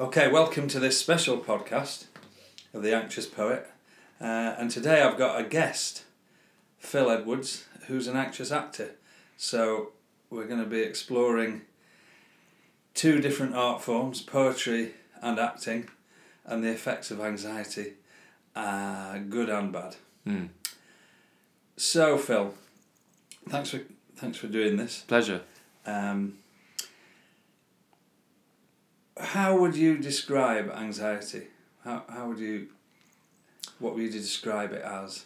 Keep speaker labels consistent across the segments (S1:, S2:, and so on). S1: Okay, welcome to this special podcast of The Anxious Poet. Uh, and today I've got a guest, Phil Edwards, who's an anxious actor. So we're going to be exploring two different art forms poetry and acting, and the effects of anxiety, uh, good and bad.
S2: Mm.
S1: So, Phil, thanks for, thanks for doing this.
S2: Pleasure.
S1: Um, how would you describe anxiety? How, how would you, what would you describe it as?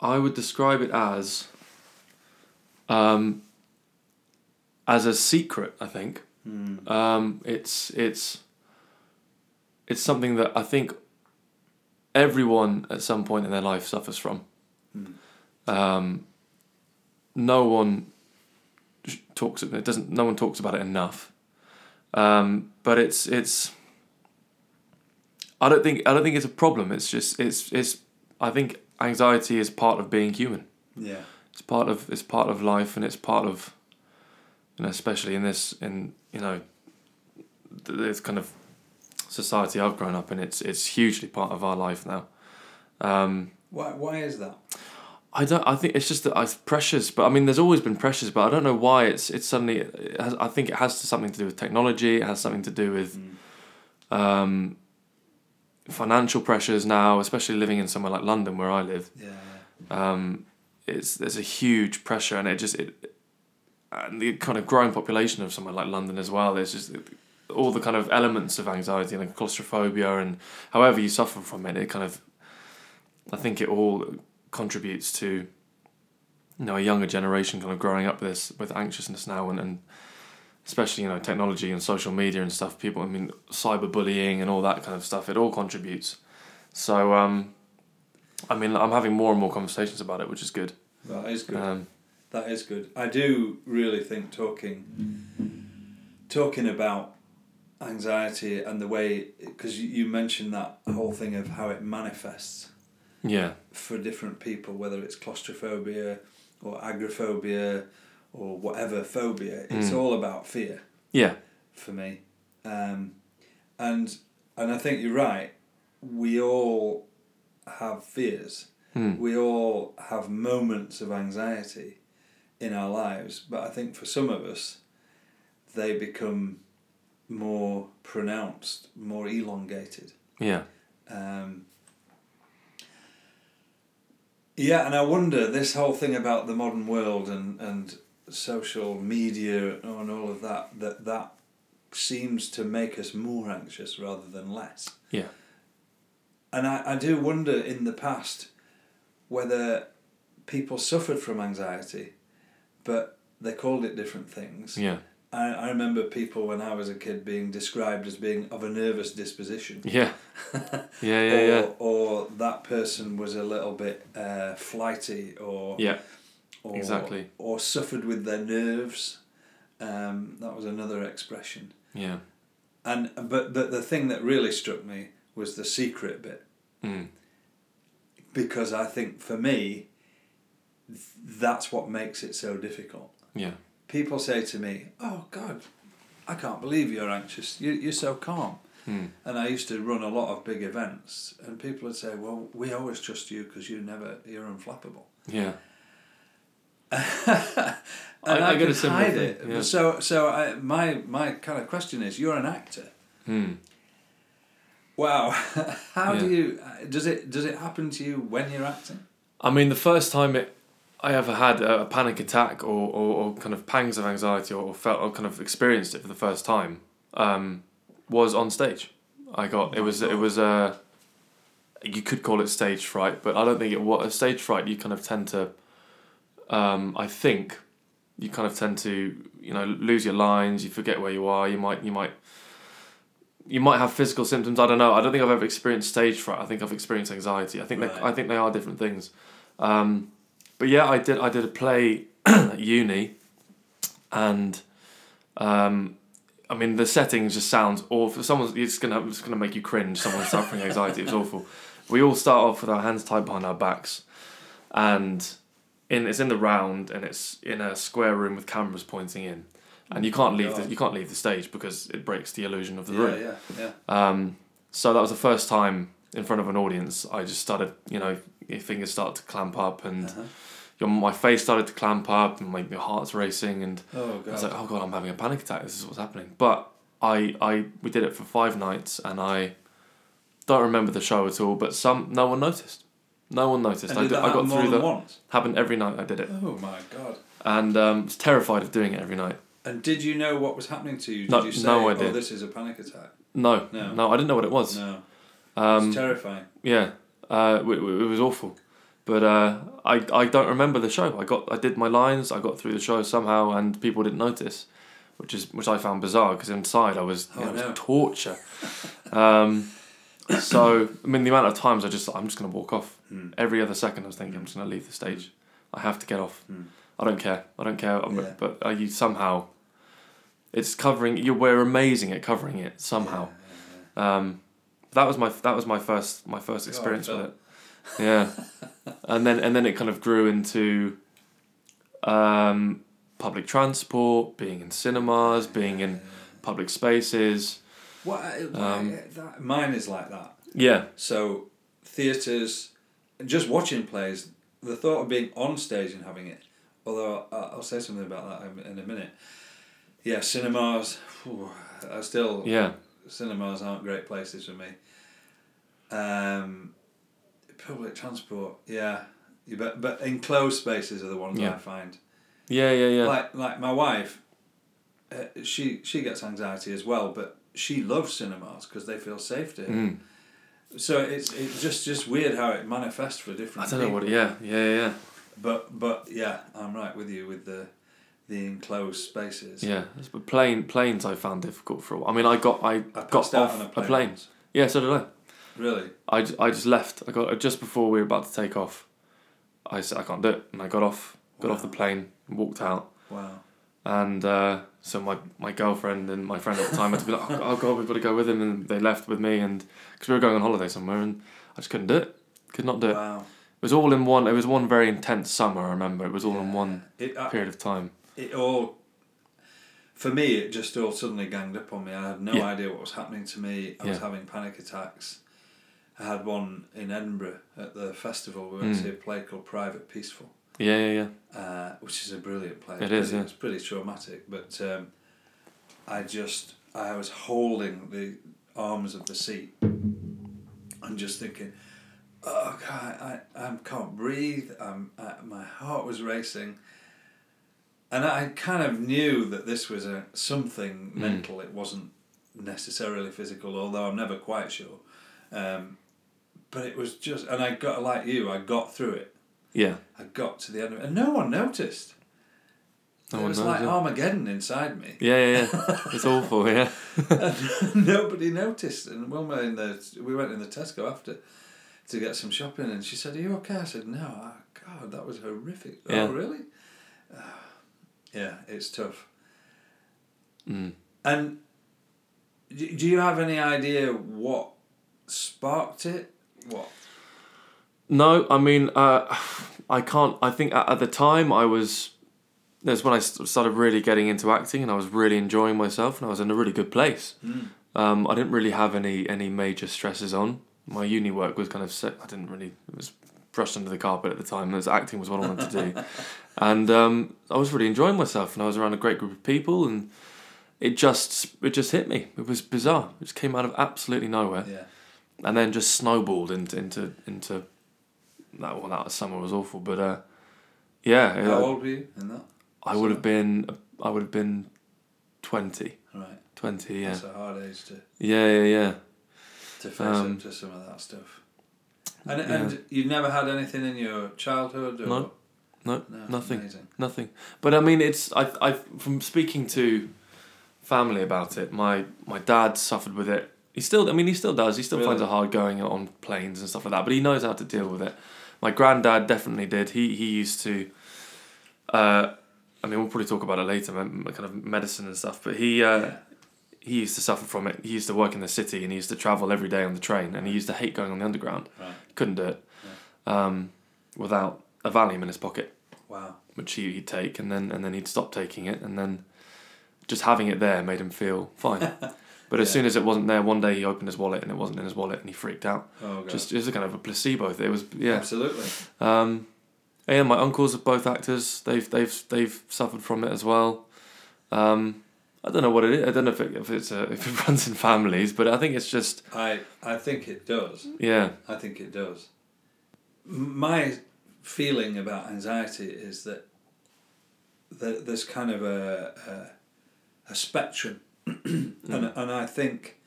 S2: I would describe it as um, as a secret. I think
S1: Mm.
S2: um, it's it's it's something that I think everyone at some point in their life suffers from.
S1: Mm.
S2: Um, no one sh- talks it doesn't. No one talks about it enough. Um, but it's it's. I don't think I don't think it's a problem. It's just it's it's. I think anxiety is part of being human
S1: Yeah.
S2: it's part of it's part of life and it's part of you know especially in this in you know th- this kind of society I've grown up in it's it's hugely part of our life now um
S1: Why, why is that?
S2: I don't I think it's just that I've pressures but I mean there's always been pressures but I don't know why it's it's suddenly it has, I think it has something to do with technology it has something to do with um financial pressures now especially living in somewhere like London where I live
S1: Yeah.
S2: um, it's there's a huge pressure, and it just it, and the kind of growing population of somewhere like London as well. There's just all the kind of elements of anxiety and claustrophobia, and however you suffer from it, it kind of, I think it all contributes to, you know, a younger generation kind of growing up with this with anxiousness now, and and especially you know technology and social media and stuff. People, I mean, cyberbullying and all that kind of stuff. It all contributes. So um, I mean, I'm having more and more conversations about it, which is good.
S1: That is good.
S2: Um,
S1: That is good. I do really think talking talking about anxiety and the way because you, you mentioned that whole thing of how it manifests
S2: yeah,
S1: for different people, whether it's claustrophobia or agoraphobia or whatever phobia, it's
S2: Mm.
S1: all about fear
S2: yeah,
S1: for me. Um, and and I think you're right. We all have fears.
S2: Mm.
S1: We all have moments of anxiety in our lives, but I think for some of us, they become more pronounced, more elongated.
S2: yeah,
S1: Um, yeah, and I wonder this whole thing about the modern world and, and social media and all of that, that that seems to make us more anxious rather than less.
S2: yeah,
S1: And I, I do wonder in the past whether people suffered from anxiety, but they called it different things.
S2: yeah,
S1: I, I remember people when I was a kid being described as being of a nervous disposition.
S2: yeah, yeah, yeah, yeah,
S1: or, or that person was a little bit uh, flighty or,
S2: yeah,
S1: or
S2: exactly.
S1: or suffered with their nerves um, that was another expression
S2: yeah.
S1: and but, but the thing that really struck me was the secret bit
S2: Mm.
S1: because I think for me th- that's what makes it so difficult
S2: Yeah,
S1: people say to me oh god I can't believe you're anxious you, you're so calm
S2: mm.
S1: And I used to run a lot of big events, and people would say, "Well, we always trust you because you never you're unflappable."
S2: yeah,
S1: and
S2: I
S1: I,
S2: get
S1: could
S2: a similar
S1: hide
S2: thing,
S1: it.
S2: yeah.
S1: So, so I, my my kind of question is: You're an actor.
S2: mm.
S1: Wow, how do
S2: Yeah.
S1: you uh, does it does it happen to you when you're acting?
S2: I mean, the first time it, I ever had a, a panic attack or, or, or kind of pangs of anxiety or, or felt or kind of experienced it for the first time um, was on stage. I got it was it was uh, you could call it stage fright, but I don't think it was stage fright. You kind of tend to, um, I think, you kind of tend to you know lose your lines. You forget where you are. You might you might. You might have physical symptoms. I don't know. I don't think I've ever experienced stage fright. I think I've experienced anxiety. I think
S1: Right.
S2: they, I think they are different things. Um, but yeah, I did. I did a play at uni, and um, I mean the setting just sounds awful. Someone's it's gonna it's gonna make you cringe. Someone's suffering anxiety. It's awful. We all start off with our hands tied behind our backs, and in it's in the round, and it's in a square room with cameras pointing in, and you can't leave the,
S1: God.
S2: you can't leave the stage because it breaks the illusion of the
S1: Yeah,
S2: room.
S1: yeah, yeah.
S2: Um, so that was the first time in front of an audience. I just started, you know, your fingers start to clamp up, and
S1: Uh-huh.
S2: your, my face started to clamp up, and my your heart's racing, and
S1: Oh
S2: I was like,
S1: god.
S2: oh god, I'm having a panic attack. This is what's happening. But I, I, we did it for five nights, and I don't remember the show at all. But some, no one noticed. No one noticed.
S1: And
S2: I,
S1: did
S2: did,
S1: that
S2: I got
S1: happen more
S2: through
S1: than
S2: that.
S1: once?
S2: Happened every night. I did it,
S1: Oh my god.
S2: and um, was terrified of doing it every night.
S1: And did you know what was happening to you? Did
S2: No-
S1: you say,
S2: no
S1: "Oh,
S2: idea.
S1: this is a panic attack"?
S2: No,
S1: No.
S2: no, I didn't know what it was.
S1: No,
S2: Um,
S1: it's terrifying.
S2: Yeah, uh, it, it was awful, but uh, I I don't remember the show. I got I did my lines. I got through the show somehow, and people didn't notice, which is which I found bizarre because inside I was
S1: Oh,
S2: it was
S1: no.
S2: torture. um, so I mean the amount of times I just I'm just gonna walk off.
S1: Mm.
S2: Every other second I was thinking I'm just gonna leave the stage. I have to get off.
S1: Mm.
S2: I don't care. I don't care. I'm,
S1: Yeah.
S2: But uh, you somehow, it's covering. You we're amazing at covering it somehow.
S1: Yeah, yeah, yeah.
S2: Um, that was my that was my first my first
S1: God,
S2: experience
S1: Phil.
S2: with it. Yeah, and then and then it kind of grew into um, public transport, being in cinemas, being in public spaces.
S1: What, uh, why,
S2: Um,
S1: uh, that, mine is like that.
S2: Yeah,
S1: So, theatres, just watching plays, the thought of being on stage and having it, although I'll, I'll say something about that in- in a minute. Yeah, cinemas, phew, I still,
S2: yeah,
S1: cinemas aren't great places for me. Um, public transport, yeah. You bet, but enclosed spaces are the ones
S2: Yeah.
S1: I find.
S2: yeah, yeah, yeah.
S1: Like like my wife, uh, she she gets anxiety as well, but she loves cinemas because they feel safe to her.
S2: Mm.
S1: So it's it's just just weird how it manifests for
S2: I
S1: different.
S2: don't know
S1: people.
S2: what. Yeah, yeah, yeah,
S1: But but yeah, I'm right with you with the the enclosed spaces.
S2: yeah. But plane planes I found difficult for a while. I mean, I got I,
S1: I
S2: got
S1: passed out
S2: off
S1: on a
S2: a
S1: plane.
S2: plane. Yeah, so did I.
S1: Really?
S2: I, ju- I just left. I got just before we were about to take off. I said I can't do it, and I got off. Got off the
S1: Wow.
S2: plane, walked out.
S1: Wow.
S2: And uh, so my, my girlfriend and my friend at the time had to be like, oh, oh God, we've got to go with him. And they left with me and because we were going on holiday somewhere and I just couldn't do it. Could not do it. It
S1: Wow.
S2: was all in one. It was one very intense summer, I remember. It was all in
S1: Yeah.
S2: one
S1: It I,
S2: period of time.
S1: it all. For me, it just all suddenly ganged up on me. I had no
S2: Yeah.
S1: idea what was happening to me. I was
S2: Yeah.
S1: having panic attacks. I had one in Edinburgh at the festival. We went
S2: Mm.
S1: to a play called Private Peaceful.
S2: Yeah, yeah, yeah.
S1: uh, which is a brilliant play.
S2: It is,
S1: Pretty-
S2: yeah.
S1: It's pretty traumatic, but um, I just I was holding the arms of the seat and just thinking, oh God, I I, I can't breathe. I'm, I, my heart was racing. And I kind of knew that this was a something
S2: Mm.
S1: mental. It wasn't necessarily physical, although I'm never quite sure. Um, but it was just, and I got like you. I got through it.
S2: Yeah.
S1: I got to the end of it, and no one noticed.
S2: No
S1: it
S2: one
S1: was
S2: knows,
S1: like
S2: yeah.
S1: Armageddon inside me.
S2: Yeah, yeah, yeah. it's awful, yeah.
S1: Nobody noticed. And Wilma in the we went in the Tesco after to get some shopping, and she said, "Are you okay?" I said, "No." Oh, God, that was horrific.
S2: Yeah.
S1: Oh, really? Ah, yeah, it's tough.
S2: Mm.
S1: And do do you have any idea what sparked it? What?
S2: No, I mean, uh, I can't. I think at, at the time I was. That's when I st- started really getting into acting, and I was really enjoying myself, and I was in a really good place. Um, I didn't really have any any major stresses on. My uni work was kind of set. I didn't really. It was brushed under the carpet at the time. As acting was what I wanted to do, and um, I was really enjoying myself, and I was around a great group of people, and it just it just hit me. It was bizarre. It just came out of absolutely nowhere
S1: Yeah.
S2: and then just snowballed into into into that well that summer was awful but uh yeah it-
S1: How old were you in that?
S2: i would have been i would have been 20
S1: Right.
S2: 20 yeah
S1: That's a hard age to.
S2: yeah yeah yeah
S1: to face
S2: Um,
S1: up to some of that stuff. And
S2: yeah.
S1: and you've never had anything in your childhood or
S2: No, no, nothing.
S1: Amazing.
S2: nothing but i mean it's i i from speaking to family about it my my dad suffered with it he still i mean he still does he still finds it
S1: Really?
S2: hard going on planes and stuff like that but he knows how to deal with it my granddad definitely did he he used to uh i mean we'll probably talk about it later me- kind of medicine and stuff but he uh
S1: Yeah.
S2: he used to suffer from it. He used to work in the city and he used to travel every day on the train and he used to hate going on the underground.
S1: Right.
S2: Couldn't do it um, without a Valium in his pocket,
S1: Wow.
S2: which he, he'd take and then and then he'd stop taking it and then just having it there made him feel fine. But as
S1: Yeah.
S2: soon as it wasn't there, one day he opened his wallet and it wasn't in his wallet, and he freaked out.
S1: Oh, God.
S2: Just it was a kind of a placebo. Thing. It was yeah.
S1: Absolutely.
S2: Um, yeah, my uncles are both actors. They've they've they've suffered from it as well. Um, I don't know what it is. I don't know if it, if it's a, if it runs in families, but I think it's just
S1: I, I think it does.
S2: yeah
S1: I think it does. M- My feeling about anxiety is that that there's kind of a a, a spectrum, and and I think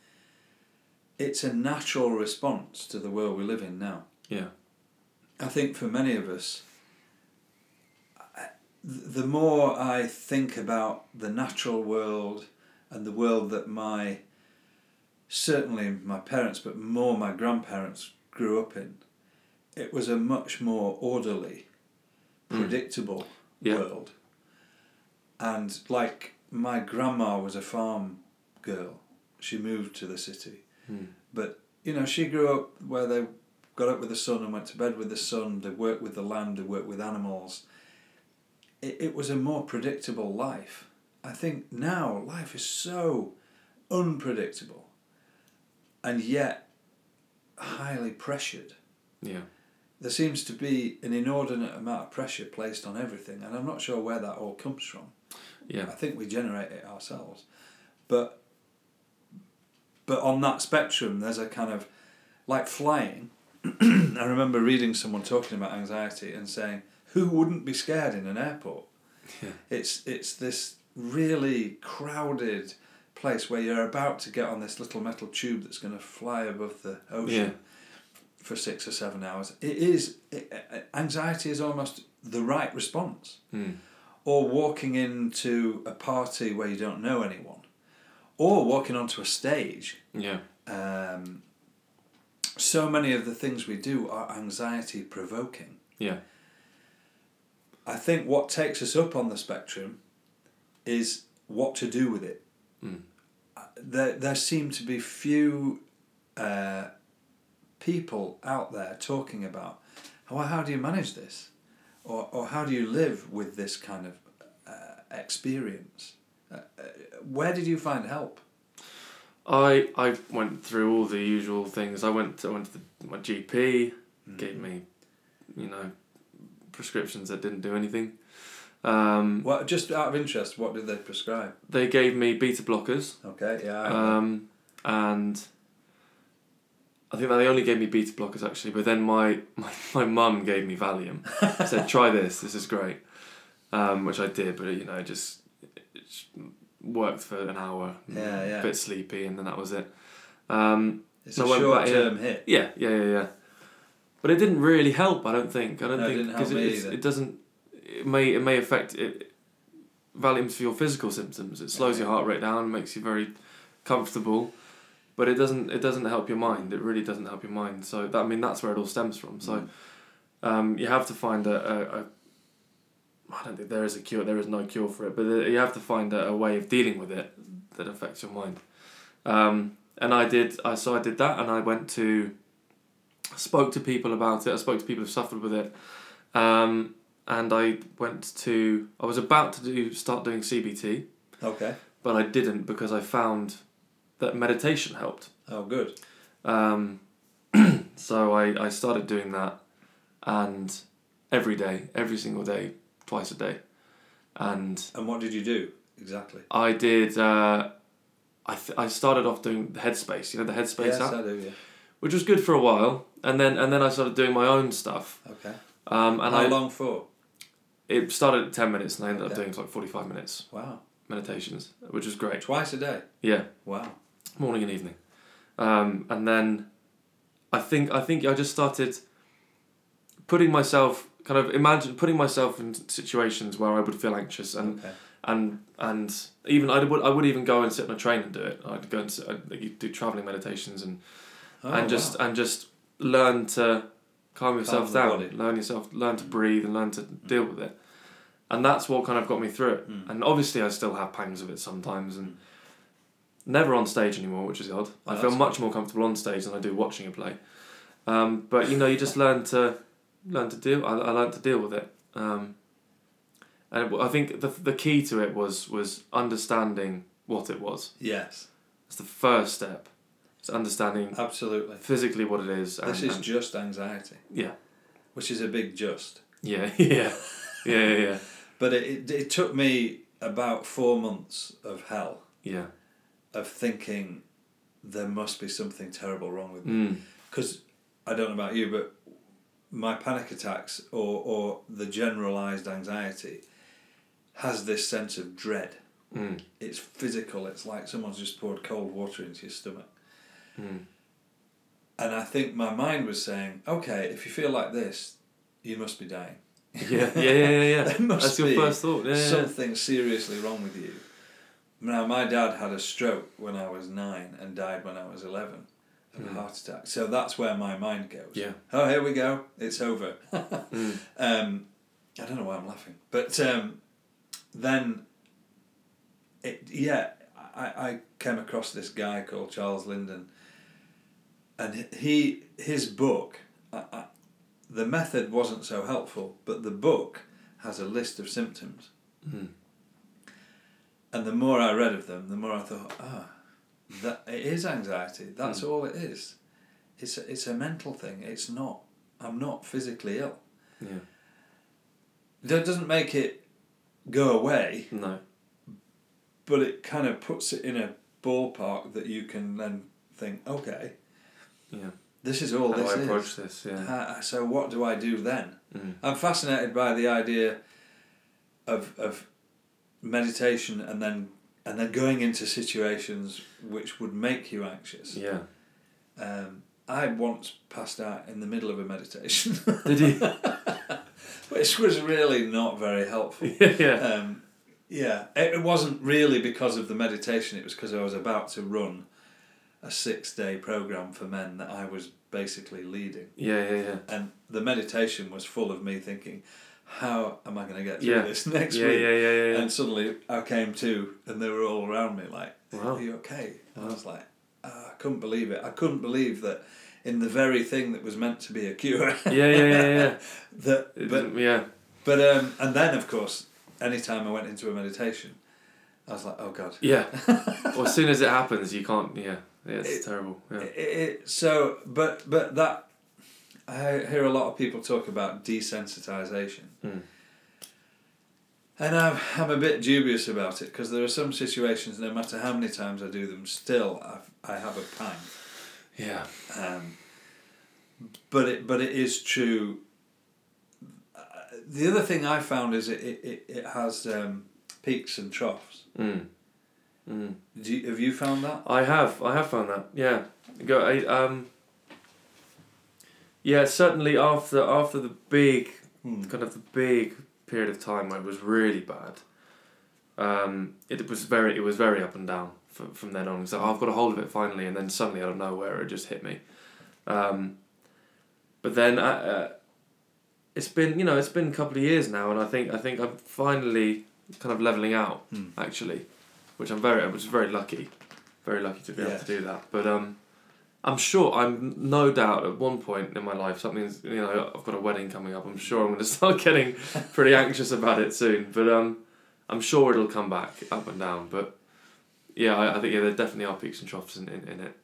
S1: it's a natural response to the world we live in now.
S2: yeah
S1: I think for many of us, I- the more I think about the natural world and the world that my, certainly my parents, but more my grandparents grew up in, it was a much more orderly, predictable
S2: Yeah.
S1: world. And like my grandma was a farm girl, she moved to the city. But you know, she grew up where they got up with the sun and went to bed with the sun. They worked with the land. They worked with animals. It, it was a more predictable life. I think now life is so unpredictable, and yet highly pressured.
S2: yeah
S1: There seems to be an inordinate amount of pressure placed on everything, and I'm not sure where that all comes from.
S2: yeah
S1: I think we generate it ourselves. But but on that spectrum, there's a kind of like flying. I remember reading someone talking about anxiety and saying, "Who wouldn't be scared in an airport?"
S2: Yeah.
S1: It's it's this really crowded place where you're about to get on this little metal tube that's going to fly above the ocean
S2: Yeah.
S1: for six or seven hours. It is it, anxiety is almost the right response
S2: Mm.
S1: or walking into a party where you don't know anyone, or walking onto a stage.
S2: yeah
S1: Um, so many of the things we do are anxiety provoking.
S2: yeah
S1: I think what takes us up on the spectrum is what to do with it. Uh, There, there seem to be few uh, people out there talking about how, how do you manage this? Or, or how do you live with this kind of uh, experience? Uh, uh, where did you find help?
S2: I I went through all the usual things. I went to, I went to the, my GP,
S1: Hmm.
S2: gave me, you know, prescriptions that didn't do anything. Um,
S1: Well, just out of interest, what did they prescribe?
S2: they gave me beta blockers,
S1: Okay, Oh, yeah. I-
S2: um, and I think that they only gave me beta blockers actually. But then my my my mum gave me Valium. said try this. This is great, um, which I did. But you know, it just it just worked for an hour.
S1: Yeah, yeah.
S2: A bit sleepy, and then that was it. Um,
S1: it's
S2: so
S1: a
S2: I went
S1: short
S2: back-
S1: term hit.
S2: yeah, yeah, yeah, yeah. But it didn't really help. I don't think. I don't
S1: No, it
S2: think
S1: didn't
S2: because
S1: help me
S2: it, it's-
S1: either.
S2: it doesn't. It may it may affect it. Valium's for your physical symptoms. It slows your heart rate down, makes you very comfortable, but it doesn't. It doesn't help your mind. It really doesn't help your mind. So that I mean that's where it all stems from.
S1: Hmm.
S2: So, um, you have to find a, a, a. I don't think there is a cure. There is no cure for it, but you have to find a, a way of dealing with it that affects your mind. Um, and I did. I so I did that, and I went to spoke to people about it. I spoke to people who suffered with it, um, and I went to. I was about to do start doing CBT,
S1: Okay.
S2: but I didn't because I found that meditation helped.
S1: Oh, good.
S2: Um, so I, I started doing that, and every day, every single day, twice a day, and
S1: And what did you do exactly?
S2: I did. Uh, I, th- I started off doing Headspace, you know the Headspace
S1: yes,
S2: app,
S1: I do. Yeah.
S2: which was good for a while, and then and then I started doing my own stuff.
S1: Okay.
S2: Um, and
S1: How
S2: I
S1: long for?
S2: It started at 10 minutes and I ended up
S1: Okay.
S2: doing like 45 minutes
S1: Wow.
S2: meditations, which was great.
S1: Twice a day.
S2: Yeah,
S1: Wow.
S2: morning and evening. Um, and then I think I think I just started putting myself kind of imagine putting myself in situations where I would feel anxious and
S1: Okay.
S2: and and even I would I would even go and sit on a train and do it. I'd go and sit, I'd, like, do traveling meditations and
S1: Oh,
S2: and just
S1: wow.
S2: and just learn to calm yourself
S1: the
S2: down,
S1: body. Mm.
S2: learn yourself, learn to breathe, and learn to deal with it. And that's what kind of got me through it. uh,
S1: Hmm.
S2: And obviously, I still have pangs of it sometimes, and never on stage anymore, which is odd. I
S1: Oh,
S2: feel
S1: that's
S2: much more comfortable on stage than I do watching a play. Um, but you know, you just learn to learn to deal. I, I learned to deal with it. Um, And I think the the key to it was was understanding what it was.
S1: Yes,
S2: It's the first step. It's understanding
S1: absolutely.
S2: physically what it is. And, um,
S1: This is
S2: and-
S1: just anxiety,
S2: yeah,
S1: which is a big just.
S2: yeah, yeah, yeah, yeah, yeah,
S1: But it, it, it took me about four months of hell
S2: yeah.
S1: of thinking there must be something terrible wrong with me.
S2: Mm.
S1: because I don't know about you, but my panic attacks or, or the generalized anxiety has this sense of dread.
S2: Mm.
S1: It's physical, it's like someone's just poured cold water into your stomach.
S2: Mm.
S1: And I think my mind was saying, okay, if you feel like this, you must be dying.
S2: Yeah, yeah, yeah, yeah. yeah.
S1: There must
S2: That's your
S1: be
S2: first thought. Yeah, yeah, yeah.
S1: Something seriously wrong with you. Now, my dad had a stroke when I was nine and died when I was 11 of a heart attack. So that's where my mind goes.
S2: Yeah.
S1: Oh, here we go. It's over.
S2: Mm.
S1: Um, I don't know why I'm laughing, but um, then, it yeah, I, I came across this guy called Charles Lyndon, and he his book, I, I, the method wasn't so helpful, but the book has a list of symptoms,
S2: Mm.
S1: and the more I read of them, the more I thought, ah, that it is anxiety. That's
S2: Hmm.
S1: all it is. It's a, it's a mental thing. It's not. I'm not physically ill.
S2: yeah.
S1: That doesn't make it go away,
S2: No.
S1: but it kind of puts it in a ballpark that you can then think, okay,
S2: Yeah.
S1: this is all
S2: How do
S1: this
S2: I
S1: is.
S2: approach this? Yeah.
S1: Ha- so what do I do then?
S2: Mm.
S1: I'm fascinated by the idea of of meditation and then and then going into situations which would make you anxious.
S2: Yeah.
S1: Um, I once passed out in the middle of a meditation,
S2: Did you?
S1: which was really not very helpful.
S2: yeah. Yeah.
S1: um, yeah, it it wasn't really because of the meditation. It was because I was about to run a six-day program for men that I was basically leading,
S2: Yeah. Yeah. Yeah.
S1: and the meditation was full of me thinking, "How am I going to get through
S2: Yeah.
S1: this next
S2: Yeah.
S1: week?"
S2: Yeah. Yeah. Yeah.
S1: And suddenly I came to, and they were all around me like,
S2: Wow.
S1: "Are you okay?" And I was like, "Ah, "I couldn't believe it. I couldn't believe that." In the very thing that was meant to be a cure,
S2: Yeah. Yeah. Yeah. Yeah.
S1: that
S2: It
S1: but
S2: didn't- yeah.
S1: but um, and then of course, anytime I went into a meditation, I was like, oh god.
S2: Yeah. well, as soon as it happens, you can't. Yeah. Yeah. It's terrible. Yeah.
S1: It, it, so, but but that I hear a lot of people talk about desensitization,
S2: Mm.
S1: and I'm I'm a bit dubious about it because there are some situations, no matter how many times I do them, still I I have a pang.
S2: Yeah.
S1: Um, but it but it is true. Uh, The other thing I found is it it, it, it has um, peaks and troughs.
S2: Mm. Mm.
S1: Do you, have you found that?
S2: I have. I have found that. Yeah. Go. I, um. Yeah. Certainly after after the big
S1: Mm.
S2: kind of the big period of time where it was really bad. Um, it was very it was very up and down from, from then on. So "Oh, I've got a hold of it finally, and then suddenly out of nowhere it just hit me. Um, but then I, uh, it's been you know it's been a couple of years now, and I think I think I'm finally kind of leveling out
S1: Hmm.
S2: actually, which I'm very I was very lucky, very lucky to be able
S1: Yeah.
S2: to do that. But um, I'm sure I'm no doubt at one point in my life something's you know I've got a wedding coming up. I'm sure I'm going to start getting pretty anxious about it soon. But um, I'm sure it'll come back up and down. But yeah, I, I think yeah there definitely are peaks and troughs in in, in it.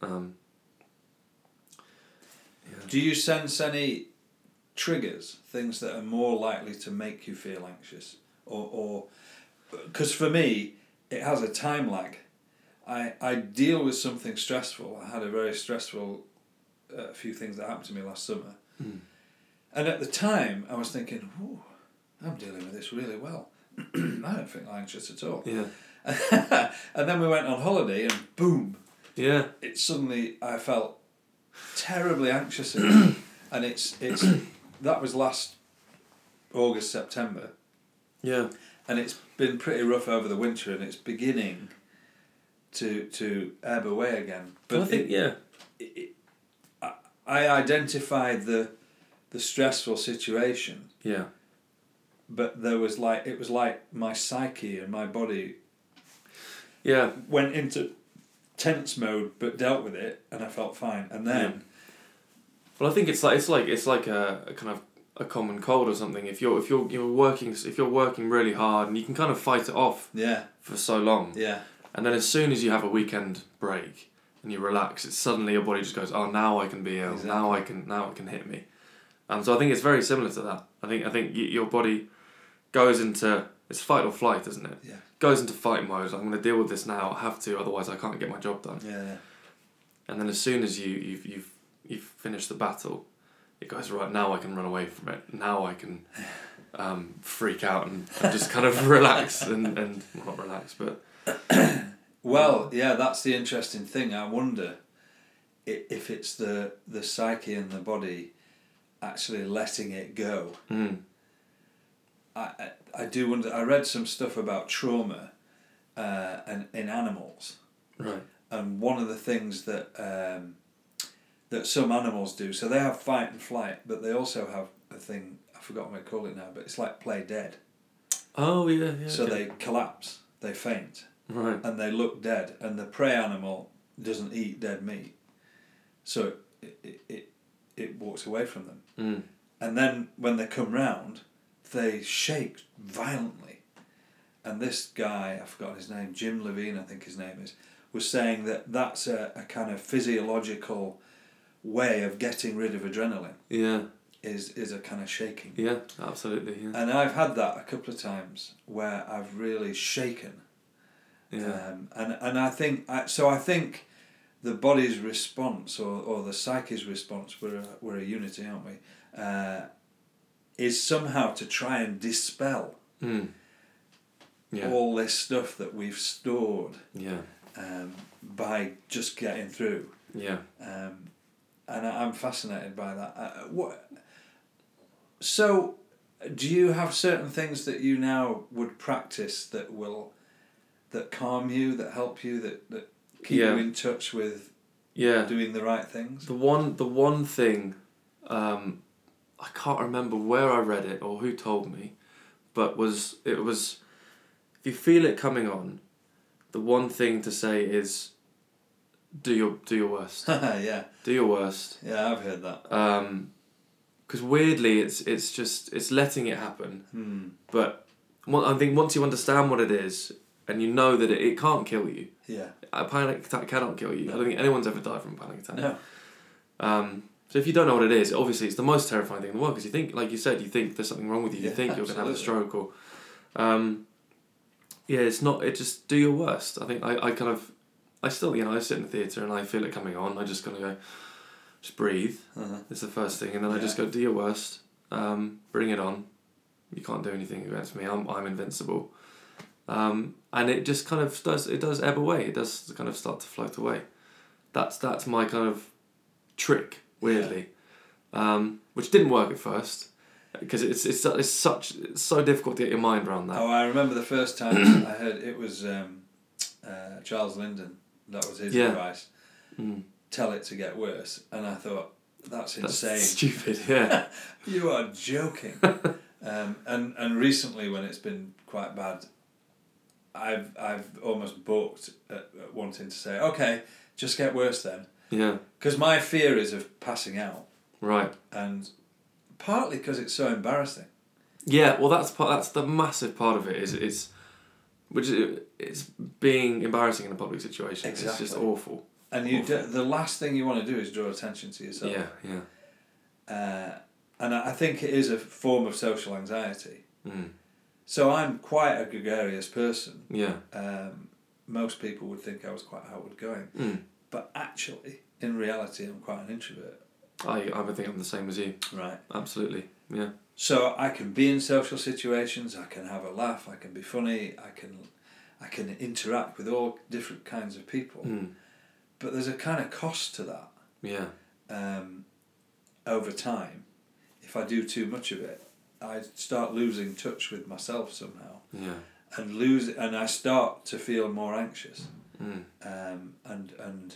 S2: Um,
S1: Do you sense any triggers, things that are more likely to make you feel anxious, or or because for me it has a time lag. I I deal with something stressful. I had a very stressful uh, few things that happened to me last summer,
S2: Mm.
S1: and at the time I was thinking, "Ooh, I'm dealing with this really well. I don't feel anxious at all."
S2: yeah,
S1: and then we went on holiday, and boom,
S2: yeah,
S1: it suddenly I felt terribly anxious again, and it's it's that was last August September,
S2: yeah,
S1: and it's been pretty rough over the winter, and it's beginning to to ebb away again. But
S2: I
S1: it-
S2: think yeah,
S1: I identified the the stressful situation,
S2: yeah,
S1: but there was like it was like my psyche and my body
S2: yeah,
S1: went into tense mode, but dealt with it, and I felt fine, and then.
S2: Well, I think it's like it's like it's like a, a kind of a common cold or something, if you're if you're you're working if you're working really hard and you can kind of fight it off
S1: Yeah,
S2: for so long,
S1: yeah,
S2: and then as soon as you have a weekend break and you relax, it's suddenly your body just goes, oh now I can be ill, now I can now it can hit me, and so I think it's very similar to that. I think I think y- your body goes into it's fight or flight, isn't it?
S1: Yeah.
S2: Goes into fight mode. I'm going to deal with this now. I have to, otherwise I can't get my job done.
S1: yeah, yeah.
S2: And then as soon as you you've you've you've finished the battle, it goes right now. I can run away from it. Now I can um, freak out and, and just kind of relax and and well, not relax, but
S1: Well, yeah, that's the interesting thing. I wonder i- if it's the the psyche and the body actually letting it go.
S2: mm,
S1: I, I, I do wonder. I read some stuff about trauma, uh, and in animals,
S2: right.
S1: and one of the things that um, that some animals do. So they have fight and flight, but they also have a thing. I forgot what I call it now, but it's like play dead.
S2: Oh yeah, yeah.
S1: So
S2: okay.
S1: they collapse, they faint,
S2: right.
S1: and they look dead. And the prey animal doesn't eat dead meat, so it it, it, it walks away from them.
S2: Mm.
S1: And then when they come round, they shake violently. And this guy, I've forgotten his name, Jim Levine, I think his name is, was saying that that's a, a kind of physiological way of getting rid of adrenaline
S2: Yeah,
S1: is is a kind of shaking.
S2: yeah, absolutely. Yeah,
S1: And I've had that a couple of times where I've really shaken.
S2: yeah,
S1: Um, and and I think I, so. I think the body's response or, or the psyche's response, we're a, we're a unity, aren't we? Uh, is somehow to try and dispel
S2: mm. yeah,
S1: all this stuff that we've stored
S2: yeah,
S1: um, by just getting through.
S2: yeah.
S1: Um, and I, I'm fascinated by that. Uh, what? So, do you have certain things that you now would practice that will, that calm you, that help you, that that keep
S2: Yeah.
S1: you in touch with
S2: yeah.
S1: doing the right things?
S2: The one, the one thing, um, I can't remember where I read it or who told me, but was it was, if you feel it coming on, the one thing to say is, do your do your worst,
S1: yeah,
S2: do your worst,
S1: yeah, I've heard that.
S2: because weirdly it's it's just it's letting it happen.
S1: Hmm.
S2: But one- I think once you understand what it is and you know that it, it can't kill you,
S1: Yeah.
S2: a panic attack cannot kill you. I don't think anyone's ever died from a panic attack.
S1: No.
S2: Um, so if you don't know what it is, obviously it's the most terrifying thing in the world because you think, like you said, you think there's something wrong with you. You
S1: Yeah,
S2: think you're going to have a
S1: absolutely.
S2: stroke or, um, yeah, it's not. It just do your worst. I think I, I kind of, I still you know I sit in the theater and I feel it coming on. I just kind of go, just breathe.
S1: Uh-huh.
S2: It's the first thing, and then I just
S1: Yeah.
S2: go do your worst. Um, bring it on. You can't do anything against me. I'm I'm invincible. Um, and it just kind of does it does ebb away. It does kind of start to float away. That's that's my kind of trick weirdly, um, which didn't work at first because it's it's it's such it's so difficult to get your mind around that.
S1: Oh, I remember the first time I heard it was um, uh, Charles Lyndon. That was his
S2: Yeah.
S1: advice.
S2: Mm.
S1: Tell it to get worse, and I thought that's
S2: That's
S1: insane.
S2: stupid. Yeah,
S1: You are joking. um, and and recently, when it's been quite bad, I've I've almost balked at, at wanting to say, okay, just get worse then,
S2: yeah,
S1: because my fear is of passing out,
S2: right.
S1: and partly because it's so embarrassing.
S2: Yeah, well, that's part. That's the massive part of it. Is it's, which is, it's being embarrassing in a public situation. It's just
S1: Exactly.
S2: awful.
S1: And you do, the last thing you want to do is draw attention to yourself.
S2: yeah, yeah.
S1: Uh, and I I think it is a form of social anxiety.
S2: Mm.
S1: So I'm quite a gregarious person.
S2: Yeah.
S1: Um, most people would think I was quite outward going.
S2: Mm.
S1: but actually, in reality, I'm quite an introvert.
S2: I I would think I'm the same as you.
S1: Right.
S2: Absolutely. Yeah.
S1: So I can be in social situations. I can have a laugh. I can be funny. I can, I can interact with all different kinds of people.
S2: Mm.
S1: But there's a kind of cost to that
S2: Yeah.
S1: um, over time. If I do too much of it, I start losing touch with myself somehow,
S2: Yeah.
S1: and lose, and I start to feel more anxious,
S2: Mm.
S1: um, and and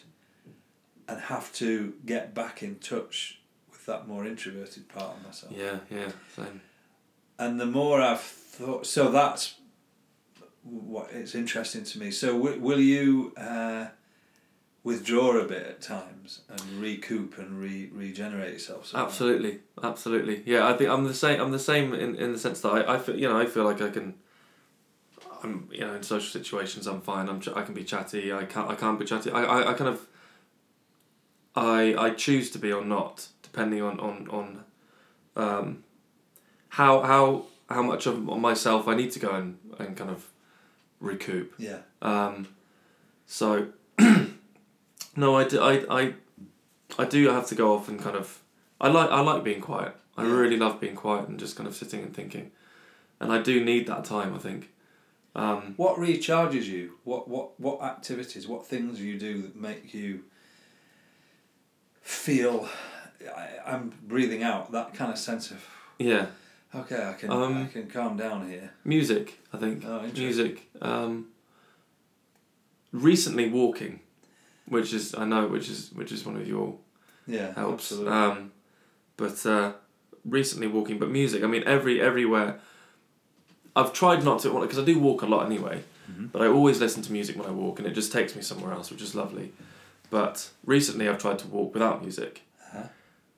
S1: and have to get back in touch with that more introverted part of myself.
S2: Yeah. Yeah. Same.
S1: and the more I've thought, so that's what it's interesting to me. So w- will you uh, withdraw a bit at times and recoup and re- regenerate yourself. somehow.
S2: Absolutely, absolutely. Yeah, I think I'm the same. I'm the same in, in the sense that I, I feel you know I feel like I can. I'm you know in social situations I'm fine. I'm ch- I can be chatty. I can't I can't be chatty. I, I, I kind of. I I choose to be or not depending on on on. Um, how how how much of myself I need to go and, and kind of recoup.
S1: Yeah.
S2: Um, so, no, I do, I, I, I do have to go off and kind of. I like I like being quiet. I
S1: Yeah.
S2: really love being quiet and just kind of sitting and thinking, and I do need that time. I think. Um,
S1: What recharges you? What what what activities? What things you do that make you feel? I, I'm breathing out that kind of sense of
S2: yeah,
S1: okay, I can I
S2: Um,
S1: can calm down here.
S2: music. I think
S1: Oh, interesting.
S2: music. Um, recently, walking, which is I know which is which is one of your
S1: Yeah,
S2: helps.
S1: absolutely.
S2: Um, but uh, recently walking, but music. I mean, every everywhere. I've tried not to because I do walk a lot anyway,
S1: Mhm.
S2: but I always listen to music when I walk, and it just takes me somewhere else, which is lovely. But recently, I've tried to walk without music.
S1: Huh?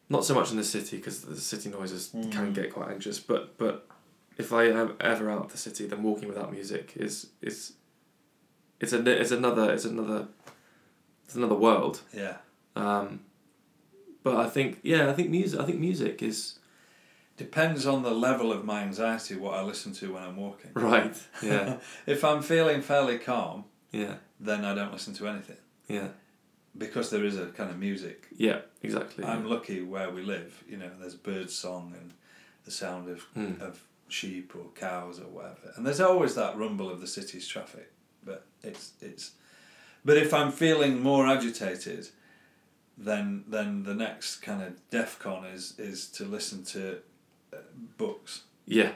S2: Not so much in the city because the city noises can
S1: Mm.
S2: get quite anxious. But but if I am ever out of the city, then walking without music is is it's a it's another it's another it's another world.
S1: Yeah.
S2: Um, but I think yeah, I think music. I think music is
S1: Depends on the level of my anxiety what I listen to when I'm walking.
S2: right. Yeah,
S1: if I'm feeling fairly calm,
S2: yeah,
S1: then I don't listen to anything
S2: yeah,
S1: because there is a kind of music.
S2: yeah. Exactly.
S1: I'm lucky where we live. You know, there's bird song and the sound of
S2: Mm.
S1: of sheep or cows or whatever. And there's always that rumble of the city's traffic, but it's it's. But if I'm feeling more agitated, then then the next kind of DEFCON is is to listen to uh, books.
S2: Yeah,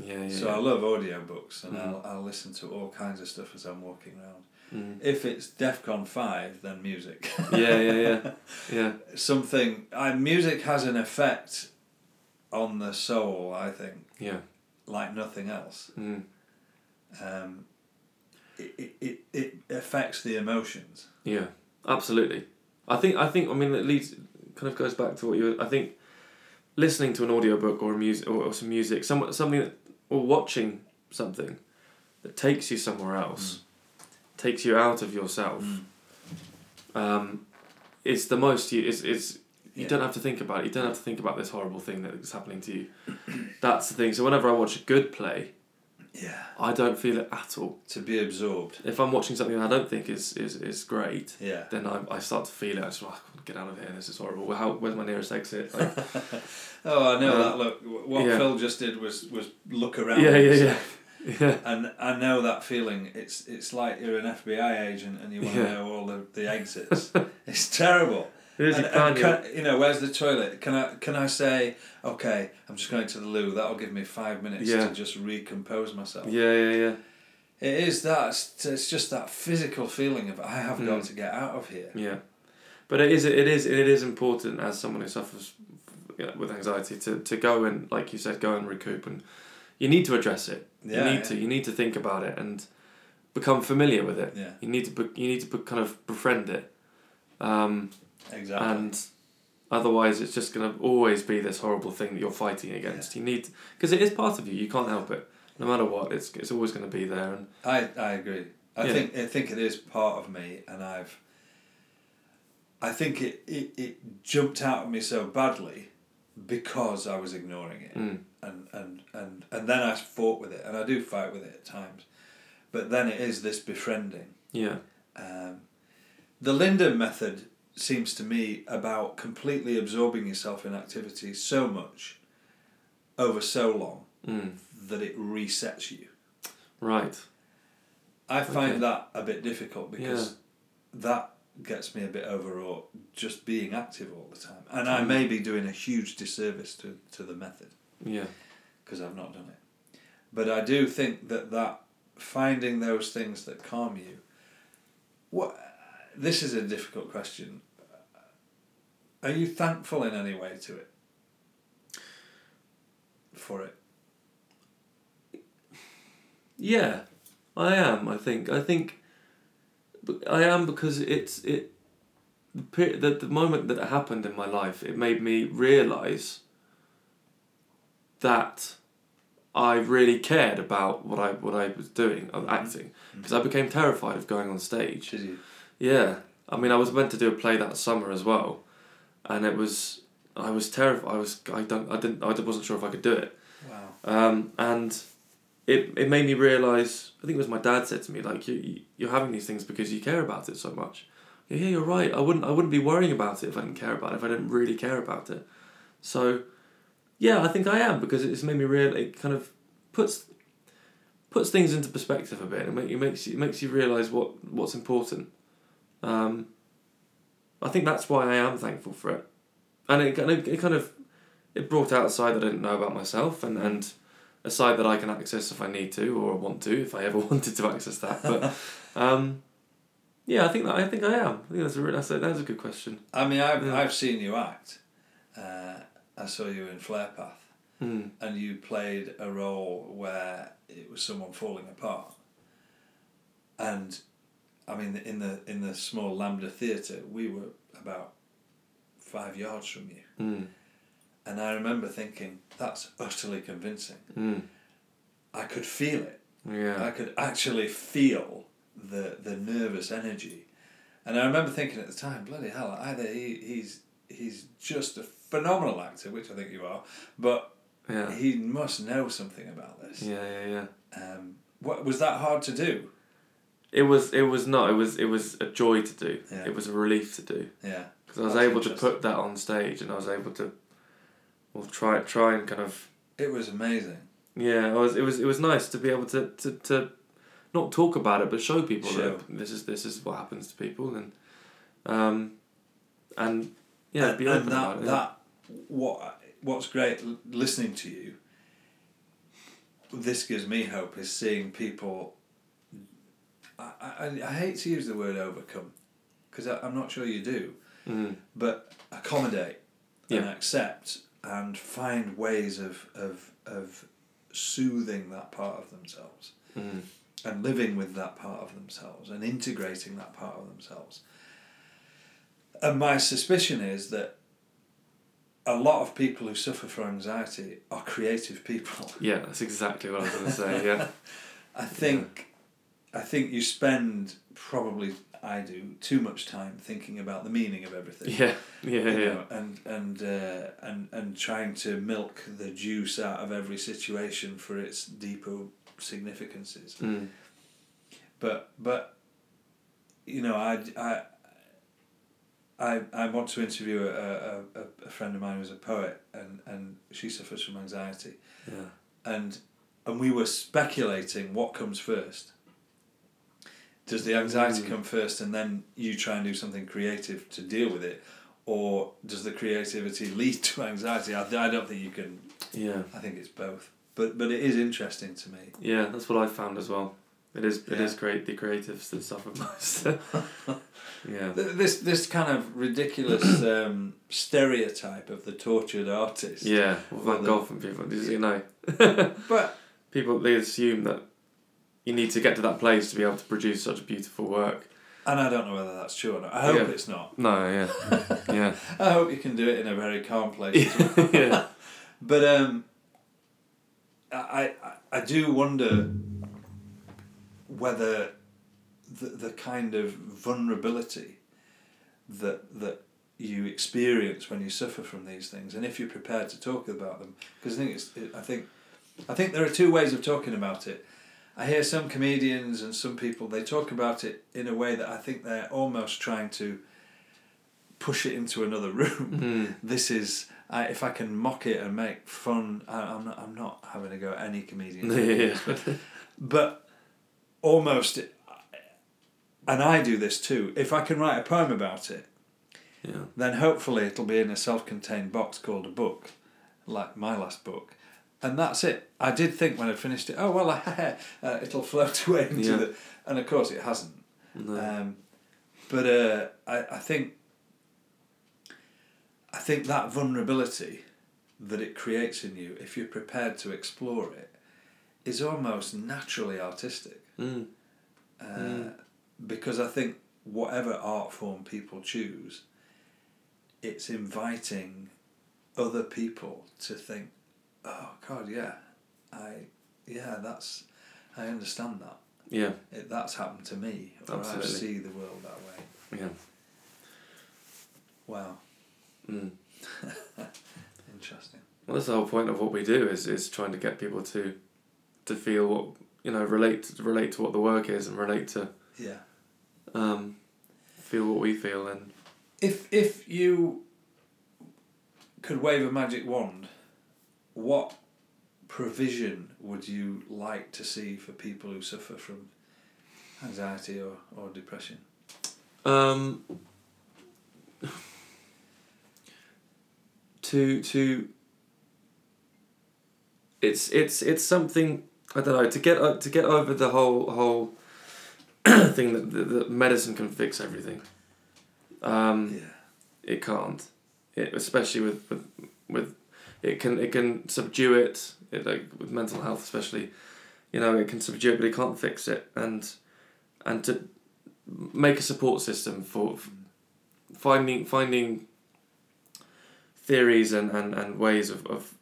S2: yeah, yeah.
S1: So I love audiobooks and
S2: Mhm.
S1: I'll, I'll listen to all kinds of stuff as I'm walking around.
S2: yeah. Mm.
S1: If it's DEFCON 5, then music.
S2: yeah, yeah, yeah, yeah.
S1: Something, I, music has an effect on the soul, I think,
S2: Yeah.
S1: like nothing else.
S2: Mm.
S1: um, it, it- it, it affects the emotions.
S2: Yeah, absolutely. I think I think I mean it leads kind of goes back to what you. I think listening to an audiobook or a music or, or some music, some something that, or watching something that takes you somewhere else, takes you out of yourself. Um, it's the most you. It's it's you
S1: Yeah.
S2: don't have to think about it. You don't have to think about this horrible thing that's happening to you. That's the thing. So whenever I watch a good play,
S1: Yeah.
S2: I don't feel it at all.
S1: To be absorbed.
S2: If I'm watching something I don't think is is, is great
S1: Yeah.
S2: then I, I start to feel it. I just like, "Oh, get out of here. This is horrible. Well, How, where's my nearest exit? Like,
S1: Oh, I know
S2: Uh,
S1: that look. wh- What
S2: yeah.
S1: Phil just did was was look around.
S2: yeah, yeah, yeah,
S1: himself.
S2: yeah,
S1: And I know that feeling. It's it's like you're an FBI agent and you want to
S2: Yeah.
S1: know all the, the exits. it's terrible.
S2: It is,
S1: and,
S2: you
S1: and
S2: can, yeah.
S1: can, you know, where's the toilet? Can I can I say okay? I'm just going to the loo. That'll give me five minutes
S2: Yeah.
S1: to just recompose myself.
S2: yeah, yeah, yeah,
S1: It is that. It's, it's just that physical feeling of I have got
S2: Mm.
S1: to get out of here.
S2: yeah. But it is, it is, it is important as someone who suffers you know, with anxiety to, to go and, like you said, go and recoup, and you need to address it.
S1: Yeah,
S2: you need
S1: yeah.
S2: to, you need to think about it and become familiar with it.
S1: Yeah,
S2: You need to, be, you need to be, kind of befriend it. Um,
S1: exactly.
S2: and otherwise it's just going to always be this horrible thing that you're fighting against you need because it is part of you you can't help it no matter what it's it's always going to be there and
S1: I, I agree. I
S2: Yeah.
S1: think I think it is part of me, and I've. I think it, it, it jumped out at me so badly because I was ignoring it.
S2: mm,
S1: And, and, and, and then I fought with it, and I do fight with it at times. But then it is this befriending.
S2: yeah
S1: Um, the Linden method seems to me about completely absorbing yourself in activity so much over so long
S2: mm,
S1: that it resets you.
S2: right
S1: I find
S2: Okay.
S1: that a bit difficult because that gets me a bit overwrought just being active all the time. And I
S2: Mm.
S1: may be doing a huge disservice to, to the method
S2: yeah
S1: because I've not done it. But I do think that that finding those things that calm you. What this is a difficult question. Are you thankful in any way to it? For it,
S2: yeah i am i think i think But I am because it's it. The, pe- the, the moment that it happened in my life, it made me realize that I really cared about what I what I was doing, of
S1: Mhm.
S2: acting, because I became terrified of going on stage.
S1: Did you?
S2: Yeah, I mean, I was meant to do a play that summer as well, and it was I was terrified. I was I don't I didn't I wasn't sure if I could do it.
S1: Wow.
S2: Um, and it it made me realize. I think it was my dad said to me like you- you you're having these things because you care about it so much. Yeah, you're right. I wouldn't I wouldn't be worrying about it if I didn't care about it. If I didn't really care about it, so yeah, I think I am because it's made me real. It kind of puts puts things into perspective a bit. It, make, it makes you it makes you realize what what's important. Um, I think that's why I am thankful for it, and it kind of it kind of it brought out a side that I didn't know about myself, and and a side that I can access if I need to or want to, if I ever wanted to access that. But um, yeah, I think that I think I am. I think that's a re- that's a, that's a good question.
S1: I mean, I've,
S2: Yeah.
S1: I've seen you act. Uh, I saw you in Flare Path,
S2: Hmm.
S1: and you played a role where it was someone falling apart. And, I mean, in the in the small Lambda Theatre, we were about five yards from you,
S2: Hmm.
S1: and I remember thinking that's utterly convincing.
S2: Hmm.
S1: I could feel it. I
S2: Yeah.
S1: could actually feel the the nervous energy, and I remember thinking at the time, bloody hell, either he, he's he's just a phenomenal actor, which I think you are, but
S2: Yeah.
S1: he must know something about this.
S2: Yeah. Yeah. Yeah.
S1: Um, what was that hard to do?
S2: It was. It was not. It was. It was a joy to do.
S1: Yeah.
S2: It was a relief to do
S1: Yeah,
S2: because I was
S1: That's
S2: able to
S1: interesting.
S2: put that on stage, and I was able to, well, try try and kind of
S1: it was amazing.
S2: yeah. I was. It was. It was nice to be able to to, to not talk about it, but show people
S1: Sure.
S2: that this is this is what happens to people, and um, and yeah,
S1: and,
S2: be
S1: and
S2: open about
S1: that
S2: it.
S1: that what what's great l- listening to you. This gives me hope is seeing people. I, I, I hate to use the word overcome, because I'm not sure you do.
S2: Mm.
S1: but accommodate and
S2: Yeah.
S1: accept and find ways of, of of soothing that part of themselves
S2: Mm.
S1: and living with that part of themselves and integrating that part of themselves. And my suspicion is that a lot of people who suffer from anxiety are creative people.
S2: Yeah, that's exactly what I was gonna say. Yeah.
S1: I think I think you spend probably I do too much time thinking about the meaning of everything.
S2: yeah. Yeah. Yeah.
S1: you
S2: Yeah.
S1: know, and and uh, and and trying to milk the juice out of every situation for its deeper significances.
S2: Mm.
S1: But but you know, I I I, I want to interview a, a, a- a friend of mine who's a poet, and, and she suffers from anxiety,
S2: Yeah.
S1: and and we were speculating what comes first. Does the anxiety
S2: Mm.
S1: come first, and then you try and do something creative to deal with it, or does the creativity lead to anxiety? I, I don't think you can.
S2: Yeah.
S1: I think it's both. But but it is interesting to me.
S2: Yeah, that's what I found as well. It is it
S1: Yeah.
S2: is great the creatives that suffer most. yeah.
S1: Th- This this kind of ridiculous um, stereotype of the tortured artist.
S2: Yeah, well,
S1: Well,
S2: Van
S1: the-
S2: Gogh and people, you know,
S1: But
S2: people they assume that you need to get to that place to be able to produce such beautiful work.
S1: and I don't know whether that's true or not. I hope
S2: Yeah.
S1: it's not.
S2: No, yeah, yeah,
S1: I hope you can do it in a very calm place. as well.
S2: yeah,
S1: But um, I, I I do wonder whether the the kind of vulnerability that that you experience when you suffer from these things, and if you're prepared to talk about them, because I think it's I think I think there are two ways of talking about it. I hear some comedians and some people they talk about it in a way that I think they're almost trying to push it into another room
S2: mm.
S1: this is I, if I can mock it and make fun. I, I'm not. I'm not having a go at any comedian,
S2: yeah,
S1: but almost. uh, And I do this too. If I can write a poem about it,
S2: yeah,
S1: then hopefully it'll be in a self-contained box called a book, like my last book, and that's it. I did think when I finished it, oh well, uh, it'll float away into
S2: Yeah.
S1: the, and of course it hasn't.
S2: no.
S1: Um, but uh, I, I think I think that vulnerability that it creates in you, if you're prepared to explore it, is almost naturally artistic.
S2: Mm.
S1: Uh,
S2: Mm.
S1: because I think whatever art form people choose, it's inviting other people to think, oh God, yeah, I, yeah, that's, I understand that.
S2: Yeah.
S1: It, that's happened to me, or
S2: Absolutely.
S1: I see the world that way.
S2: Yeah.
S1: Wow,
S2: Mm.
S1: interesting.
S2: Well, that's the whole point of what we do is is trying to get people to, to feel what you know relate relate to what the work is and relate to
S1: Yeah.
S2: um, feel what we feel and
S1: If if you could wave a magic wand, what provision would you like to see for people who suffer from anxiety or, or depression?
S2: Um, to to. It's it's it's something I don't know to get o- to get over the whole whole thing that, that that medicine can fix everything. Um,
S1: Yeah.
S2: it can't. It, especially with, with with it can it can subdue it, it like with mental health especially, you know, it can subdue it but it can't fix it and and to make a support system for
S1: Mm.
S2: f- finding finding theories and, and, and ways of, of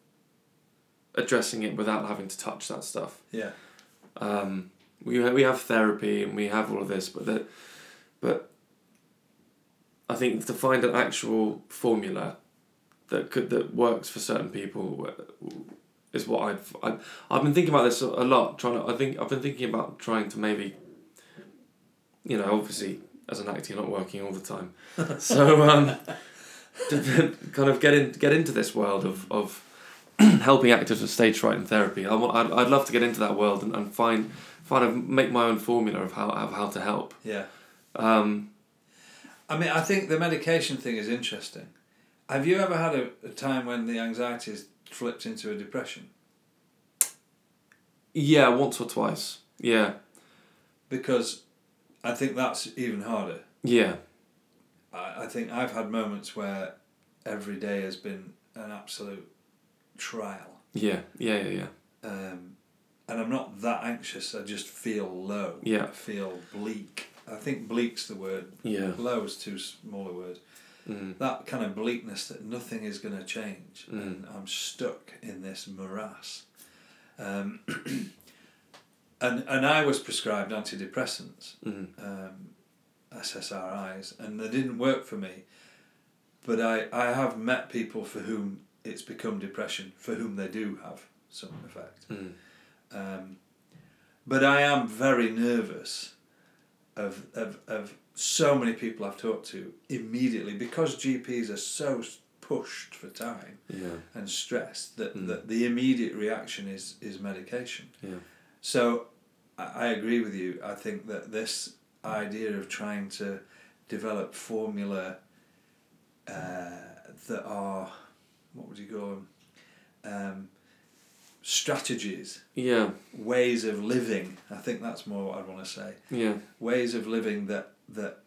S2: addressing it without having to touch that stuff
S1: Yeah.
S2: um, we ha- we have therapy and we have all of this, but that, but I think to find an actual formula that could that works for certain people uh, is what I've I've, I've been thinking about this a lot. Trying to I think I've been thinking about trying to maybe, you know, obviously as an actor you're not working all the time, so um, to kind of get in get into this world of of helping actors with stage fright and therapy. I want, I'd, I'd love to get into that world and, and find find a, make my own formula of how of how to help.
S1: Yeah.
S2: Um,
S1: I mean, I think the medication thing is interesting. Have you ever had a, a time when the anxiety has flipped into a depression?
S2: yeah, once or twice. Yeah,
S1: Because I think that's even harder.
S2: yeah,
S1: I, I think I've had moments where every day has been an absolute trial.
S2: yeah, yeah, yeah, yeah.
S1: Um, and I'm not that anxious, I just feel low.
S2: Yeah.
S1: I feel bleak. I think bleak's the word.
S2: Yeah.
S1: Low is too small a word.
S2: Mm.
S1: That kind of bleakness that nothing is going to change
S2: Mm.
S1: and I'm stuck in this morass. Um, and, and I was prescribed antidepressants
S2: Mm.
S1: um, SSRIs, and they didn't work for me. But I, I have met people for whom it's become depression, for whom they do have some effect.
S2: Mm.
S1: Um, but I am very nervous of, of, of so many people I've talked to immediately because GPs are so s- pushed for time
S2: Yeah,
S1: and stressed that,
S2: Mm.
S1: that the immediate reaction is, is medication.
S2: yeah,
S1: So I I agree with you. I think that this idea of trying to develop formula uh, that are, what would you call them, um, strategies,
S2: yeah,
S1: ways of living, I think that's more what I'd want to say.
S2: yeah,
S1: Ways of living that, that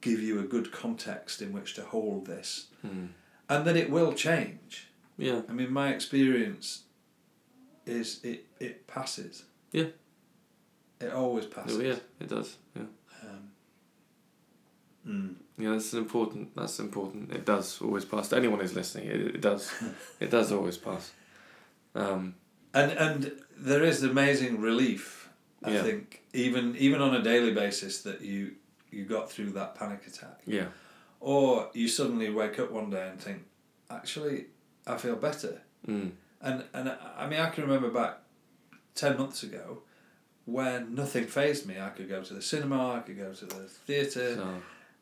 S1: give you a good context in which to hold this.
S2: mm.
S1: And that it will change.
S2: yeah,
S1: I mean, my experience is it, it passes.
S2: Yeah.
S1: It always
S2: yeah.
S1: passes.
S2: yeah. It does. Yeah,
S1: Um, mm,
S2: yeah. That's an important. That's important. It does always pass. To anyone who's listening, it, it does. it does always pass. Um,
S1: and and there is amazing relief. I
S2: Yeah.
S1: think even even on a daily basis that you you got through that panic attack,
S2: yeah,
S1: or you suddenly wake up one day and think, actually, I feel better.
S2: mm.
S1: And and I I mean, I can remember back ten months ago. When nothing phased me, I could go to the cinema, I could go to the theatre,
S2: so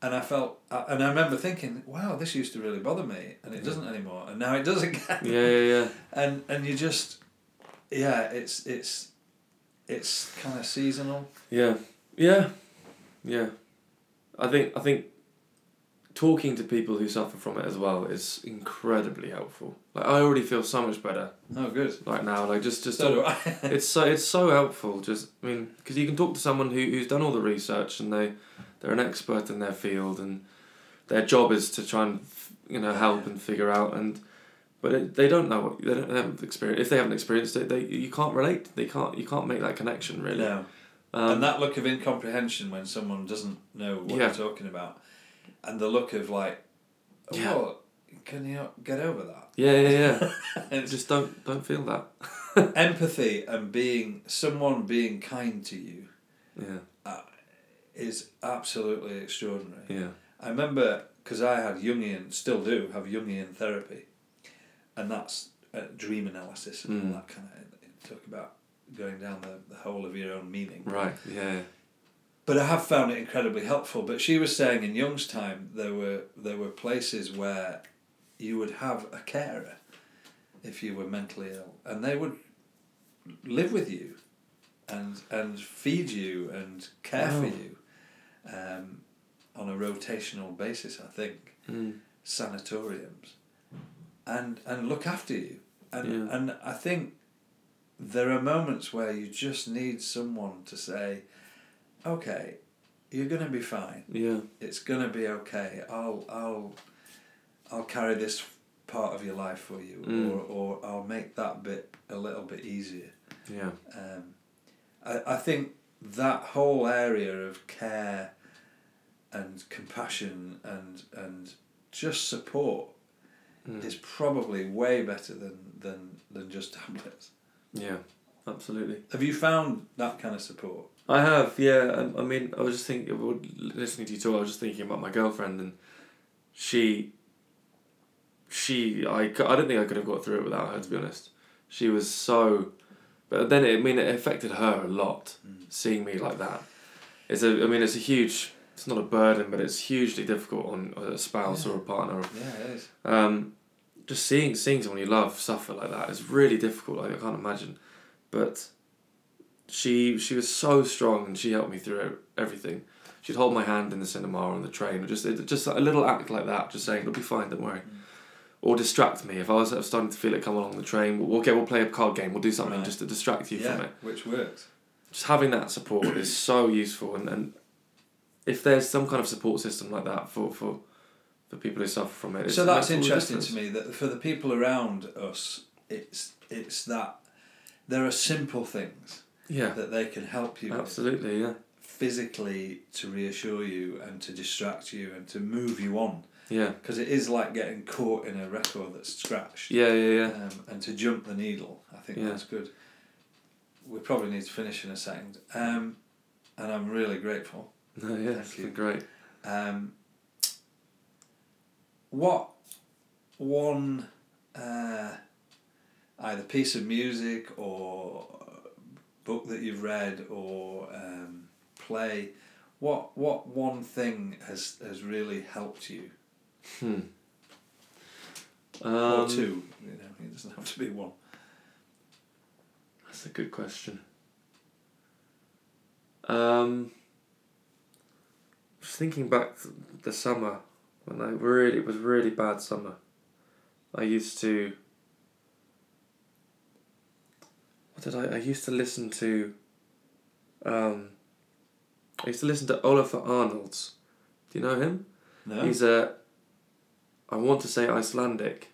S1: and I felt, I- and I remember thinking, "Wow, this used to really bother me, and it doesn't anymore, and now it does again."
S2: yeah, yeah, yeah.
S1: and and you just yeah it's it's it's kind of seasonal
S2: Yeah, yeah, yeah. I think I think talking to people who suffer from it as well is incredibly helpful. Like I already feel so much better
S1: oh good
S2: like now. Like just just
S1: so do i
S2: it's so it's so helpful. Just I mean, because you can talk to someone who, who's done all the research and they they're an expert in their field and their job is to try and you know help and figure out and but it, they don't know what they don't they haven't experienced if they haven't experienced it they you can't relate they can't you can't make that connection really
S1: no and that look of incomprehension when someone doesn't know what
S2: Um, Yeah.
S1: you're talking about, and the look of like, oh,
S2: Yeah.
S1: can you not get over that?
S2: Yeah, yeah, yeah.
S1: It's
S2: just don't don't feel that.
S1: empathy and being someone being kind to you
S2: Yeah,
S1: is absolutely extraordinary.
S2: yeah,
S1: I remember because I had Jungian, still do have Jungian therapy, and that's uh, dream analysis and all
S2: Mm.
S1: that kind of talk about going down the, the whole of your own meaning.
S2: right. Yeah,
S1: But I have found it incredibly helpful. But she was saying in Jung's time there were there were places where you would have a carer if you were mentally ill, and they would live with you, and and feed you and care for
S2: Wow.
S1: you, um, on a rotational basis. I think
S2: Mm.
S1: sanatoriums, and and look after you, and
S2: Yeah.
S1: and I think there are moments where you just need someone to say, okay, you're gonna be fine.
S2: yeah,
S1: It's gonna be okay. I'll I'll I'll carry this part of your life for you,
S2: Mm.
S1: or or I'll make that bit a little bit easier.
S2: yeah,
S1: Um, I I think that whole area of care and compassion and and just support
S2: Mm.
S1: is probably way better than than than just tablets.
S2: yeah. Absolutely.
S1: Have you found that kind of support?
S2: I have, yeah. um, I mean, I was just thinking, well, listening to you talk, I was just thinking about my girlfriend, and she, she, I, cou- I don't think I could have got through it without her, to be honest. She was so, but then it, I mean, it affected her a lot,
S1: Mm.
S2: seeing me like that. It's a, I mean, it's a huge, it's not a burden, but it's hugely difficult on a spouse or a partner.
S1: Yeah, it is.
S2: Um, just seeing, seeing someone you love suffer like that is really difficult. Like, I can't imagine. But she she was so strong and she helped me through e-, everything. She'd hold my hand in the cinema or on the train, or just it, just a little act like that, just saying it'll be fine, don't worry,
S1: Mm.
S2: or distract me if I was, I was starting to feel it come along the train. We'll, we'll get we'll play a card game, we'll do something
S1: Right.
S2: just to distract you from
S1: yeah,
S2: it.
S1: which works.
S2: Just having that support is so useful, and, and if there's some kind of support system like that for for, for people who suffer from it, it's-
S1: so that's
S2: all the
S1: interesting
S2: difference.
S1: to me that for the people around us, it's it's that there are simple things
S2: Yeah,
S1: that they can help you with.
S2: absolutely, yeah,
S1: physically to reassure you and to distract you and to move you on
S2: yeah,
S1: because it is like getting caught in a record that's scratched
S2: yeah, yeah, yeah.
S1: um, and to jump the needle i think
S2: Yeah.
S1: that's good we probably need to finish in a second um, and i'm really grateful
S2: No, yeah,
S1: Thank
S2: it's
S1: you.
S2: been great.
S1: um, what one uh, either piece of music or book that you've read or um, play what what one thing has has really helped you
S2: Hmm.
S1: or
S2: Um,
S1: two you know it doesn't have to be one
S2: That's a good question. Um, just thinking back th- the summer when I really it was really bad summer. I used to. What did I? I used to listen to. Um, I used to listen to Olafur Arnolds. Do you know him?
S1: no
S2: He's a. I want to say Icelandic,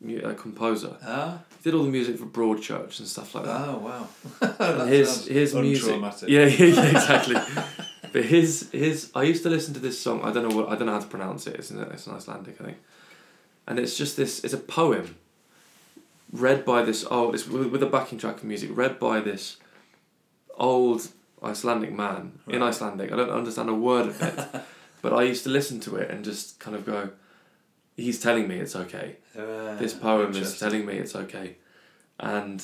S2: mu- uh composer.
S1: ah
S2: He did all the music for Broadchurch and stuff like that.
S1: oh wow That
S2: And his
S1: sounds
S2: his music,
S1: untraumatic.
S2: yeah, yeah, yeah, exactly. but his his, I used to listen to this song. I don't know what I don't know how to pronounce it. It's an, it's an Icelandic, I think, and it's just this. It's a poem, read by this old. It's with, with a backing track of music, read by this old Icelandic man in
S1: Right.
S2: Icelandic. I don't understand a word of it, but I used to listen to it and just kind of go. He's telling me it's okay
S1: Uh,
S2: this poem is
S1: interesting.
S2: telling me it's okay and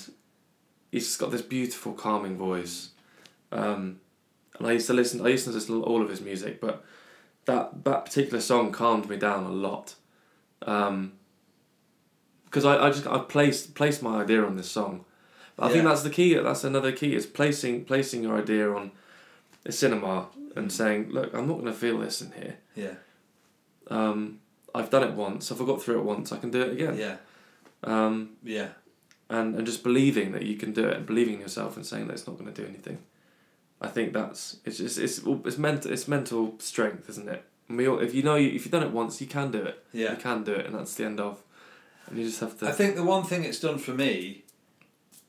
S2: he's just got this beautiful calming voice um, and i used to listen i used to listen to all of his music but that that particular song calmed me down a lot um, because I, I just i placed placed my idea on this song but i think
S1: Yeah.
S2: that's the key that's another key is placing placing your idea on a cinema and saying look i'm not going to feel this in here
S1: yeah
S2: um, i've done it once if i got through it once i can do it again
S1: yeah
S2: um,
S1: yeah
S2: and and just believing that you can do it and believing in yourself and saying that it's not going to do anything i think that's it's just it's it's mental it's mental strength isn't it and we all, if you know you, if you've done it once you can do it
S1: yeah
S2: you can do it and that's the end of and you just have to
S1: I think the one thing it's done for me,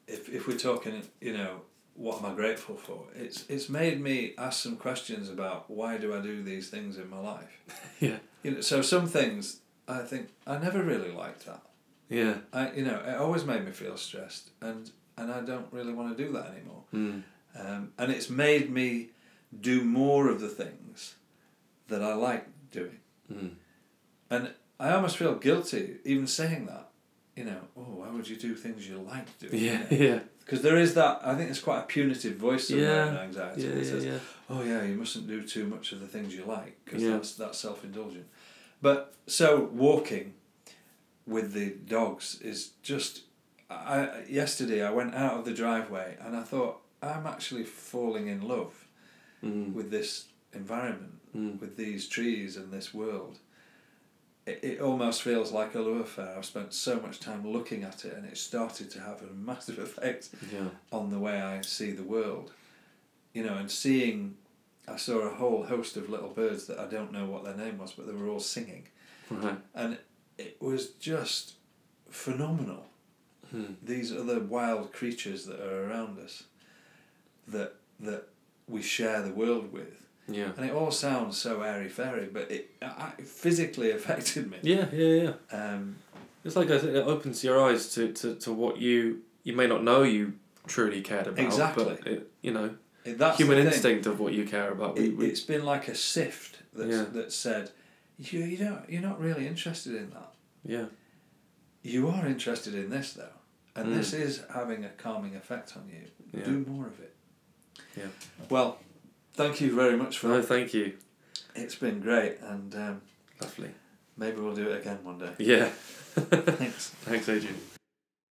S1: if if we're talking, you know, what am I grateful for? It's it's made me ask some questions about why do I do these things in my life.
S2: Yeah.
S1: You know, so some things I think I never really liked that.
S2: Yeah.
S1: I you know it always made me feel stressed, and and I don't really want to do that anymore.
S2: Mm.
S1: Um, and it's made me do more of the things that I like doing.
S2: Mm.
S1: And I almost feel guilty even saying that. You know, oh, why would you do things you like doing?
S2: Yeah. Yeah.
S1: Because there is that, I think it's quite a punitive voice around
S2: Yeah.
S1: anxiety.
S2: Yeah.
S1: that
S2: Yeah.
S1: says,
S2: Yeah.
S1: oh yeah, you mustn't do too much of the things you like because
S2: Yeah.
S1: that's that's self indulgent. But so walking with the dogs is just. I I- yesterday I went out of the driveway and I thought I'm actually falling in love
S2: Mm.
S1: with this environment,
S2: Mm.
S1: with these trees and this world. It, it almost feels like a love affair. I've spent so much time looking at it and it started to have a massive effect
S2: Yeah.
S1: on the way I see the world. You know, and seeing, I saw a whole host of little birds that I don't know what their name was, but they were all singing.
S2: Right.
S1: And it was just phenomenal.
S2: Mm.
S1: These other wild creatures that are around us that, that we share the world with.
S2: Yeah.
S1: And it all sounds so airy fairy, but it, I, it physically affected me.
S2: Yeah. Yeah. Yeah.
S1: Um,
S2: It's like I think it opens your eyes to, to, to what you you may not know you truly cared about.
S1: Exactly.
S2: But it, you know,
S1: it- that's the
S2: human
S1: thing.
S2: instinct of what you care about. We,
S1: it,
S2: we,
S1: it's been like a sift that's,
S2: Yeah.
S1: that said you, you don't you're not really interested in that
S2: yeah.
S1: you are interested in this though and
S2: Mm.
S1: this is having a calming effect on you
S2: Yeah.
S1: do more of it
S2: Yeah.
S1: well thank you very much for
S2: No, thank you.
S1: it's been great and um,
S2: Lovely.
S1: maybe we'll do it again one day
S2: Yeah.
S1: thanks
S2: Thanks, Adrian.